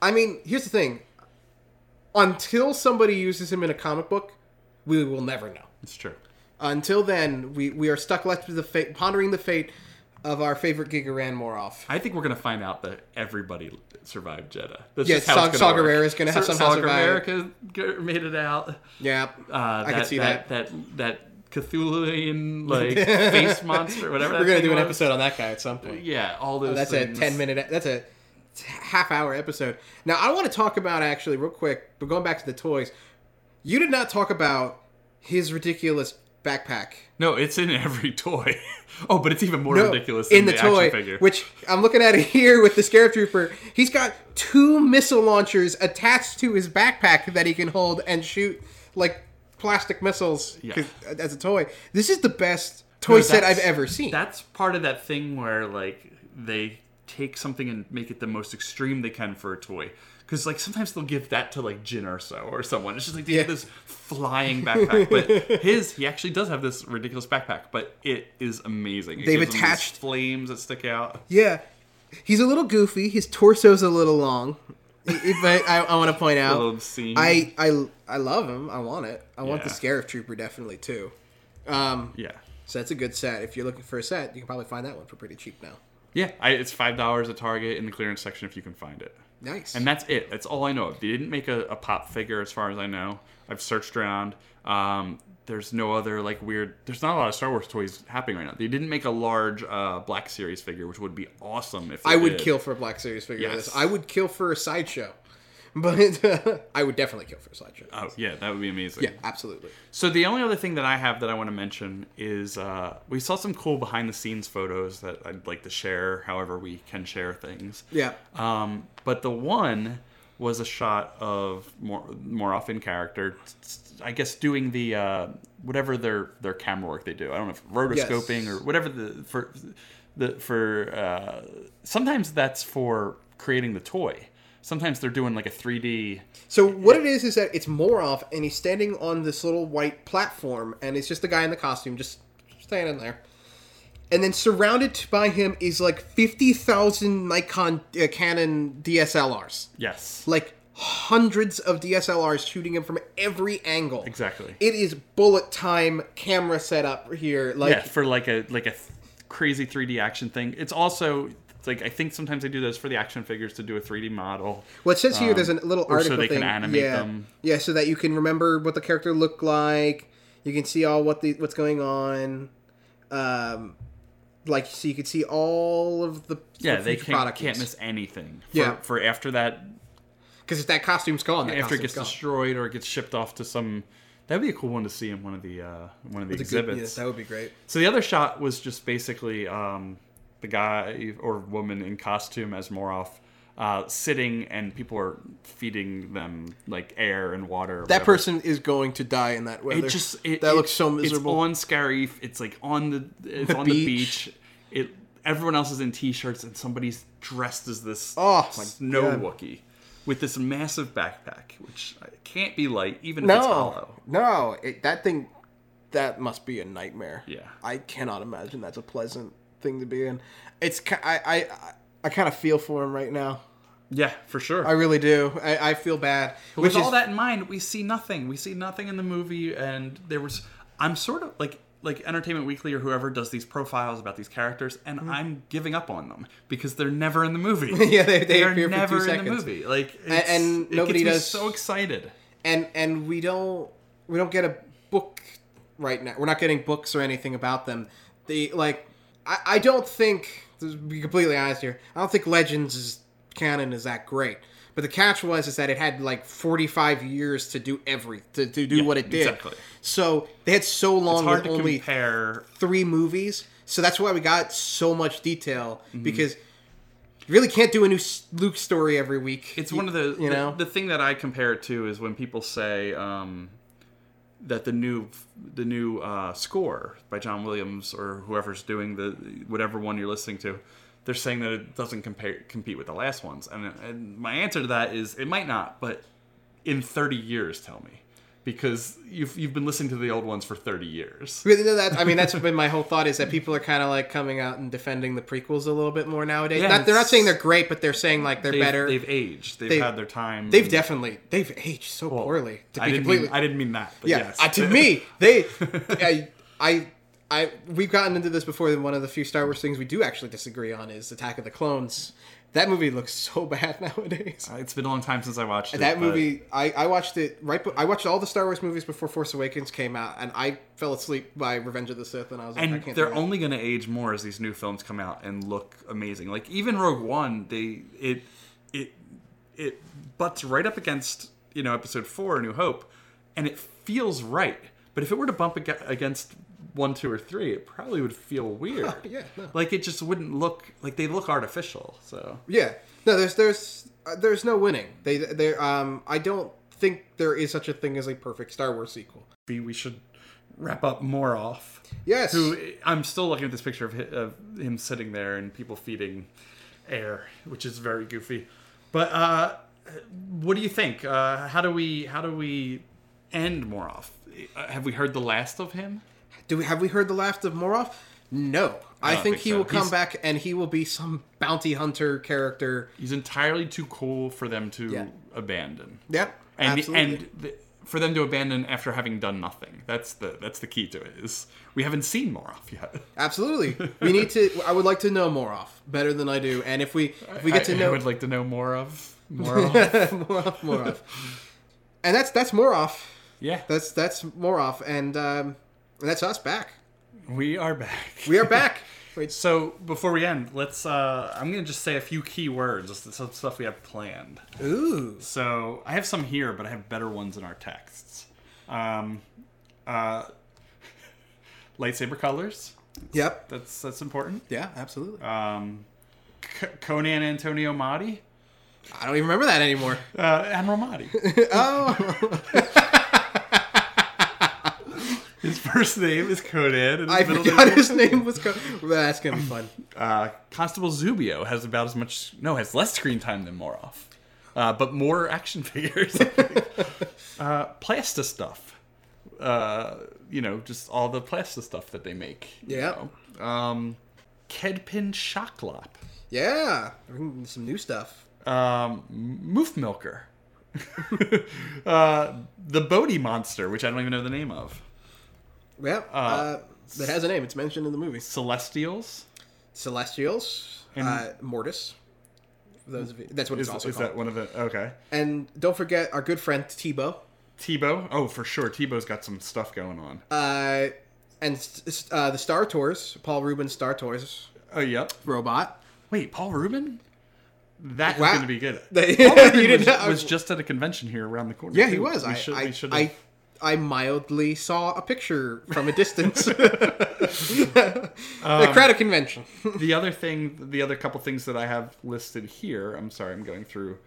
Speaker 3: I mean, here's the thing. Until somebody uses him in a comic book, we will never know.
Speaker 2: It's true.
Speaker 3: Until then, we, we are stuck left with the fate, pondering the fate of our favorite Gigaran Moroff.
Speaker 2: I think we're gonna find out that everybody survived Jeddah. That's
Speaker 3: Yeah,
Speaker 2: just how
Speaker 3: Sa-
Speaker 2: it's gonna
Speaker 3: Saw
Speaker 2: work.
Speaker 3: Gerrera's gonna have
Speaker 2: Sa-
Speaker 3: somehow
Speaker 2: Saw
Speaker 3: survived.
Speaker 2: Gerrera g- made it out.
Speaker 3: Yeah,
Speaker 2: uh,
Speaker 3: I
Speaker 2: that,
Speaker 3: can see that.
Speaker 2: that that that Cthulhuian like
Speaker 3: <laughs>
Speaker 2: face monster, whatever.
Speaker 3: We're
Speaker 2: that
Speaker 3: gonna
Speaker 2: thing
Speaker 3: do an
Speaker 2: was.
Speaker 3: episode on that guy at some point.
Speaker 2: Yeah, all those.
Speaker 3: That's
Speaker 2: things.
Speaker 3: a 10 minute that's a t- half hour episode. Now I want to talk about actually real quick, but going back to the toys, you did not talk about his ridiculous backpack.
Speaker 2: No, it's in every toy. <laughs> oh, but it's even more
Speaker 3: No,
Speaker 2: ridiculous
Speaker 3: in
Speaker 2: than
Speaker 3: the, toy,
Speaker 2: action figure.
Speaker 3: which I'm looking at it here with the Scarab Trooper. He's got two missile launchers attached to his backpack that he can hold and shoot like plastic missiles
Speaker 2: Yeah.
Speaker 3: 'cause- uh, as a toy. This is the best toy
Speaker 2: No,
Speaker 3: set I've
Speaker 2: that's-
Speaker 3: ever seen.
Speaker 2: That's part of that thing where like they take something and make it the most extreme they can for a toy. Because like sometimes they'll give that to like Jin or so or someone. It's just like they have
Speaker 3: Yeah.
Speaker 2: this flying backpack,
Speaker 3: <laughs>
Speaker 2: but his he actually does have this ridiculous backpack, but it is amazing. It
Speaker 3: They've
Speaker 2: gives him these
Speaker 3: attached-
Speaker 2: flames that stick out.
Speaker 3: Yeah, he's a little goofy. His torso's a little long, but I, I want to point out,
Speaker 2: little obscene.
Speaker 3: Oh, I I I love him. I want it. I want the
Speaker 2: Yeah.
Speaker 3: Scarab Trooper definitely too. Um,
Speaker 2: Yeah,
Speaker 3: so that's a good set. If you're looking for a set, you can probably find that one for pretty cheap now.
Speaker 2: yeah. I, it's five dollars at Target in the clearance section if you can find it.
Speaker 3: Nice.
Speaker 2: And that's it. That's all I know of. They didn't make a, a pop figure, as far as I know. I've searched around. Um, there's no other like weird. There's not a lot of Star Wars toys happening right now. They didn't make a large uh, Black Series figure, which would be awesome. If they
Speaker 3: I would
Speaker 2: did.
Speaker 3: kill for a Black Series figure. of
Speaker 2: Yes.
Speaker 3: This I would kill for a sideshow, <laughs> but uh, I would definitely kill for a sideshow.
Speaker 2: Oh yeah, that would be amazing.
Speaker 3: yeah, absolutely.
Speaker 2: So the only other thing that I have that I want to mention is uh, we saw some cool behind the scenes photos that I'd like to share. However, we can share things.
Speaker 3: Yeah.
Speaker 2: Um, but the one was a shot of more more often character, I guess doing the uh, whatever their their camera work they do. I don't know if rotoscoping
Speaker 3: Yes.
Speaker 2: or whatever the for the for uh, sometimes that's for creating the toy. Sometimes they're doing like a 3D.
Speaker 3: So what it is is that it's Moroff, and he's standing on this little white platform, and it's just the guy in the costume just standing there. And then surrounded by him is like fifty thousand Nikon uh, Canon DSLRs,
Speaker 2: Yes.
Speaker 3: like hundreds of DSLRs shooting him from every angle.
Speaker 2: Exactly.
Speaker 3: It is bullet time camera setup here. Like
Speaker 2: yeah, for like a like a th- crazy 3D action thing. It's also like I think sometimes they do those for the action figures to do a 3D model.
Speaker 3: Well, it says here there's a little
Speaker 2: Um, or so
Speaker 3: article
Speaker 2: they can
Speaker 3: thing.
Speaker 2: animate
Speaker 3: yeah.
Speaker 2: them.
Speaker 3: Yeah, so that you can remember what the character looked like. You can see all what the what's going on. Um, like so you can see all of the
Speaker 2: yeah,
Speaker 3: the
Speaker 2: they
Speaker 3: future
Speaker 2: can't,
Speaker 3: product
Speaker 2: can't miss anything. For,
Speaker 3: Yeah.
Speaker 2: for after that,
Speaker 3: because if that costume's gone, that
Speaker 2: after it
Speaker 3: costume's
Speaker 2: gets
Speaker 3: gone.
Speaker 2: destroyed or it gets shipped off to some, that'd be a cool one to see in one of the uh, one of the
Speaker 3: It's a good-
Speaker 2: exhibits.
Speaker 3: yes, that would be great.
Speaker 2: So the other shot was just basically um, the guy or woman in costume as Moroff uh, sitting, and people are feeding them like air and water. or
Speaker 3: That
Speaker 2: whatever.
Speaker 3: person is going to die in that weather.
Speaker 2: It just it,
Speaker 3: that
Speaker 2: it-
Speaker 3: looks so miserable.
Speaker 2: It's on Scarif. It's like on the it's on the
Speaker 3: beach.
Speaker 2: beach. It everyone else is in t-shirts and somebody's dressed as this
Speaker 3: Oh,
Speaker 2: snow
Speaker 3: God.
Speaker 2: Wookiee with this massive backpack, which uh, can't be light even if it's
Speaker 3: no,
Speaker 2: hollow.
Speaker 3: no, it, that thing, that must be a nightmare.
Speaker 2: Yeah.
Speaker 3: I cannot imagine that's a pleasant thing to be in. It's ki- I I I, I kind of feel for him right now.
Speaker 2: Yeah, for sure.
Speaker 3: I really do. I, I feel bad.
Speaker 2: But
Speaker 3: Which
Speaker 2: with
Speaker 3: is
Speaker 2: all that in mind, we see nothing. We see nothing in the movie, and there was I'm sort of like like Entertainment Weekly or whoever does these profiles about these characters, and I'm giving up on them because they're never in the movie.
Speaker 3: Mm-hmm. <laughs> Yeah, they- they
Speaker 2: are
Speaker 3: appear for two
Speaker 2: never in
Speaker 3: seconds.
Speaker 2: the movie. Like, it's-
Speaker 3: and
Speaker 2: it
Speaker 3: nobody
Speaker 2: gets me
Speaker 3: does-
Speaker 2: so excited.
Speaker 3: and and we don't we don't get a book right now. We're not getting books or anything about them. The like I, I don't think to be completely honest here, I don't think Legends is canon is that great. But the catch was is that it had like forty five years to do every to, to do what it did.
Speaker 2: exactly.
Speaker 3: So they had so long
Speaker 2: It's hard
Speaker 3: with
Speaker 2: to
Speaker 3: only
Speaker 2: compare.
Speaker 3: three movies. So that's why we got so much detail
Speaker 2: Mm-hmm.
Speaker 3: because you really can't do a new s- Luke story every week.
Speaker 2: It's one of the
Speaker 3: you
Speaker 2: the,
Speaker 3: know
Speaker 2: the thing that I compare it to is when people say um, that the new the new uh, score by John Williams or whoever's doing the whatever one you're listening to, they're saying that it doesn't compare compete with the last ones. And, and my answer to that is it might not, but in 30 years, tell me. Because you've, you've been listening to the old ones for 30 years.
Speaker 3: Really, no, that I mean, that's been my whole thought is that people are kind of like coming out and defending the prequels a little bit more nowadays.
Speaker 2: Yeah,
Speaker 3: not, they're not
Speaker 2: it's-
Speaker 3: saying they're great, but they're saying like they're
Speaker 2: They've,
Speaker 3: better.
Speaker 2: They've aged. They've,
Speaker 3: They've-
Speaker 2: had their time.
Speaker 3: They've definitely they've aged so poorly. To
Speaker 2: I
Speaker 3: be
Speaker 2: didn't,
Speaker 3: completely,
Speaker 2: mean, I didn't mean that. But
Speaker 3: yeah.
Speaker 2: Yes.
Speaker 3: uh, to me, they, I, I, I, we've gotten into this before. One of the few Star Wars things we do actually disagree on is Attack of the Clones. That movie looks so <laughs> bad nowadays.
Speaker 2: <laughs> it's been a long time since I watched it.
Speaker 3: That
Speaker 2: but-
Speaker 3: movie, I, I watched it right. be- I watched all the Star Wars movies before Force Awakens came out, and I fell asleep by Revenge of the Sith, and I was like, I
Speaker 2: and
Speaker 3: can't.
Speaker 2: they're
Speaker 3: do that.
Speaker 2: only going to age more as these new films come out and look amazing. Like even Rogue One, they it it it butts right up against you know Episode Four, A New Hope, and it feels right. But if it were to bump aga- against one, two, or three, it probably would feel weird.
Speaker 3: <laughs> yeah, no.
Speaker 2: like it just wouldn't look like they look artificial. So
Speaker 3: Yeah. No, there's there's uh, there's no winning. They they um I don't think there is such a thing as a perfect Star Wars sequel.
Speaker 2: maybe we should wrap up more off.
Speaker 3: Yes.
Speaker 2: Who I'm still looking at this picture of, hi- of him sitting there and people feeding air, which is very goofy. But uh, what do you think? Uh, how do we how do we end more off? Uh, have we heard the last of him?
Speaker 3: Do we have we heard the last of Moroff? No. I,
Speaker 2: don't
Speaker 3: think,
Speaker 2: think
Speaker 3: he
Speaker 2: so.
Speaker 3: will come
Speaker 2: He's-
Speaker 3: back and he will be some bounty hunter character.
Speaker 2: He's entirely too cool for them to
Speaker 3: Yeah.
Speaker 2: abandon.
Speaker 3: Yep.
Speaker 2: and
Speaker 3: absolutely.
Speaker 2: and the, for them to abandon after having done nothing. That's the that's the key to it. Is we haven't seen more off yet.
Speaker 3: absolutely. We need to I would like to know Moroff better than I do. And if we if we get to
Speaker 2: <laughs> I- I
Speaker 3: know
Speaker 2: would like to know more of
Speaker 3: <laughs>
Speaker 2: more of.
Speaker 3: Moroff Moroff. And that's that's Moroff.
Speaker 2: Yeah,
Speaker 3: That's that's Moroff and um and that's us back.
Speaker 2: we are back.
Speaker 3: We are
Speaker 2: <laughs>
Speaker 3: back. Wait,
Speaker 2: So before we end, let's. Uh, I'm gonna just say a few key words, just some stuff we have planned.
Speaker 3: ooh.
Speaker 2: So I have some here, but I have better ones in our texts. Um, uh, <laughs> lightsaber colors.
Speaker 3: Yep.
Speaker 2: That's that's important.
Speaker 3: Yeah, absolutely.
Speaker 2: Um, C- Conan Antonio Mahdi,
Speaker 3: I don't even remember that
Speaker 2: <laughs>
Speaker 3: anymore.
Speaker 2: uh, Admiral Mahdi.
Speaker 3: <laughs> oh,
Speaker 2: <laughs> His first name is Conan. And his
Speaker 3: I
Speaker 2: middle
Speaker 3: forgot
Speaker 2: name-
Speaker 3: his name was. Co- well, that's gonna be
Speaker 2: <laughs>
Speaker 3: fun.
Speaker 2: Uh, Constable Zubio has about as much. No, has less screen time than Moroff, uh, but more <laughs>
Speaker 3: <laughs>
Speaker 2: action figures. uh, Plasta stuff. Uh, you know, just all the Plasta stuff that they make. you
Speaker 3: Yeah.
Speaker 2: know. Um, Kedpin Shocklop.
Speaker 3: Yeah, we're gonna do some new stuff.
Speaker 2: Um, Moof Milker. <laughs> uh, the Bodhi Monster, which I don't even know the name of.
Speaker 3: Yep. Uh, that has a name. It's mentioned in the movie.
Speaker 2: Celestials.
Speaker 3: Celestials, uh, Mortis. For Those of you, that's what it's
Speaker 2: Is,
Speaker 3: also
Speaker 2: is
Speaker 3: called.
Speaker 2: that one of the. Okay.
Speaker 3: And don't forget our good friend Tebow.
Speaker 2: Tebow. Oh, for sure. Tebow's got some stuff going on.
Speaker 3: Uh, and s- s- uh, the Star Tours, Paul Rubens Star Tours
Speaker 2: oh, yep.
Speaker 3: robot.
Speaker 2: Wait, Paul Rubin? That
Speaker 3: Wow.
Speaker 2: is going to be good.
Speaker 3: <laughs> They-
Speaker 2: Paul Rubin
Speaker 3: You didn't
Speaker 2: was,
Speaker 3: know-
Speaker 2: was just at a convention here around the corner.
Speaker 3: Yeah, he
Speaker 2: too.
Speaker 3: was.
Speaker 2: We
Speaker 3: I,
Speaker 2: should- we
Speaker 3: I,
Speaker 2: should
Speaker 3: I,
Speaker 2: have-
Speaker 3: I mildly saw a picture from a
Speaker 2: <laughs>
Speaker 3: distance. the
Speaker 2: Um,
Speaker 3: credit convention.
Speaker 2: the other thing, the other couple things that I have listed here. I'm sorry, I'm going through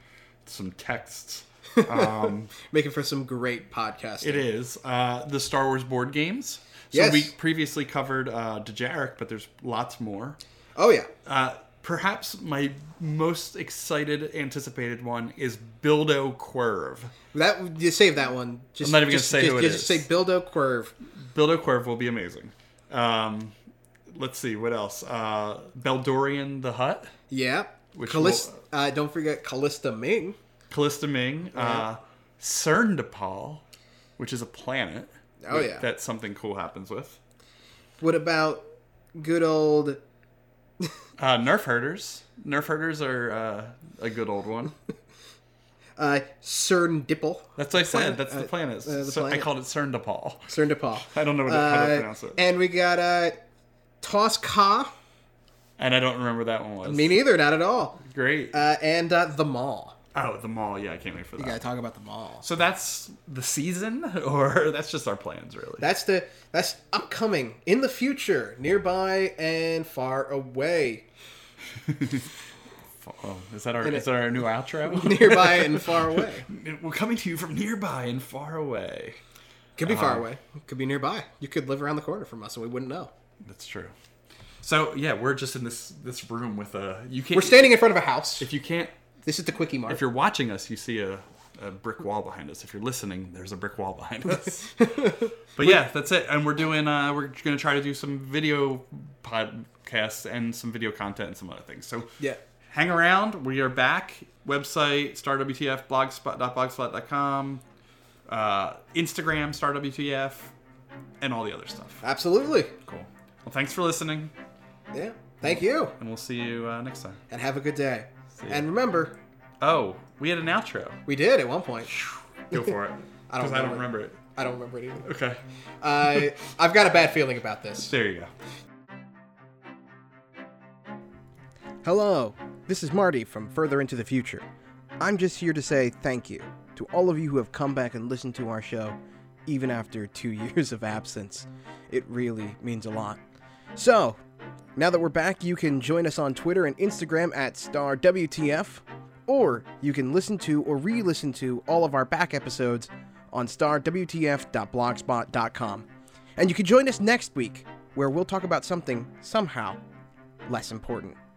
Speaker 2: some texts. Um,
Speaker 3: Making for some great podcasting.
Speaker 2: it is uh, the Star Wars board games. So
Speaker 3: Yes.
Speaker 2: we previously covered uh, Dejaric, but there's lots more.
Speaker 3: Oh yeah.
Speaker 2: Uh, perhaps my most excited, anticipated one is Bildo Querv.
Speaker 3: That you save that one. Just,
Speaker 2: I'm not even gonna
Speaker 3: just,
Speaker 2: say
Speaker 3: just,
Speaker 2: who it
Speaker 3: just
Speaker 2: is.
Speaker 3: say Bildo Querv.
Speaker 2: Bildo Querv will be amazing. Um, let's see what else. Uh, Beldorian the Hut,
Speaker 3: Yeah.
Speaker 2: Which
Speaker 3: Callis-
Speaker 2: will-
Speaker 3: uh, don't forget Callista Ming.
Speaker 2: Callista Ming, uh, Cern DePaul, which is a planet.
Speaker 3: Oh,
Speaker 2: that-
Speaker 3: yeah.
Speaker 2: that something cool happens with.
Speaker 3: What about good old?
Speaker 2: Uh, Nerf herders. Nerf herders are uh, a good old one.
Speaker 3: Uh, CERN Dipple.
Speaker 2: That's what I said. That's the
Speaker 3: <laughs> Uh,
Speaker 2: planet.
Speaker 3: uh, the
Speaker 2: So I
Speaker 3: planet.
Speaker 2: called it Cern DePaul.
Speaker 3: CERN Dipal.
Speaker 2: <laughs> I don't know what- how to
Speaker 3: Uh,
Speaker 2: pronounce it.
Speaker 3: And we got uh, Toss Ka.
Speaker 2: And I don't remember that one was.
Speaker 3: Me neither, not at all.
Speaker 2: Great.
Speaker 3: Uh, and uh, the Mall.
Speaker 2: oh, the mall. Yeah, I can't wait for that.
Speaker 3: You gotta talk about the Mall.
Speaker 2: So that's the season, <laughs> or that's just our plans, really.
Speaker 3: That's the that's upcoming in the future, nearby and far away. <laughs>
Speaker 2: oh, is that our is that our new <laughs> outro?
Speaker 3: Nearby and far away.
Speaker 2: We're coming to you from nearby and far away.
Speaker 3: Could be far away. Could be nearby. You could live around the corner from us and we wouldn't know.
Speaker 2: That's true. So yeah, we're just in this this room with a you can't.
Speaker 3: We're standing in front of a house.
Speaker 2: If you can't,
Speaker 3: This is the quickie mark.
Speaker 2: if you're watching us, you see a, a brick wall behind us. If you're listening, there's a brick wall behind <laughs> us. but yeah, that's it. And we're doing. Uh, we're going to try to do some video podcasts and some video content and some other things. So
Speaker 3: yeah.
Speaker 2: hang around. We are back. Website starwtf blogspot.blogspot.com, uh, Instagram starwtf, and all the other stuff.
Speaker 3: Absolutely.
Speaker 2: Cool. Well, thanks for listening,
Speaker 3: Yeah. Thank you.
Speaker 2: and we'll see you uh, next time.
Speaker 3: And have a good day.
Speaker 2: ya.
Speaker 3: And remember,
Speaker 2: Oh, we had an outro.
Speaker 3: we did at one point.
Speaker 2: Go for it.
Speaker 3: <laughs> I don't
Speaker 2: Because I don't
Speaker 3: remember.
Speaker 2: remember it.
Speaker 3: I don't remember it either.
Speaker 2: Okay.
Speaker 3: I I've got a bad feeling about this.
Speaker 2: There you go.
Speaker 1: Hello, this is Marty from Further Into the Future. I'm just here to say thank you to all of you who have come back and listened to our show, even after two <laughs> years of absence. It really means a lot. So, now that we're back, you can join us on Twitter and Instagram at StarWTF, or you can listen to or re listen to all of our back episodes on starwtf.blogspot.com. And you can join us next week, where we'll talk about something, somehow, less important.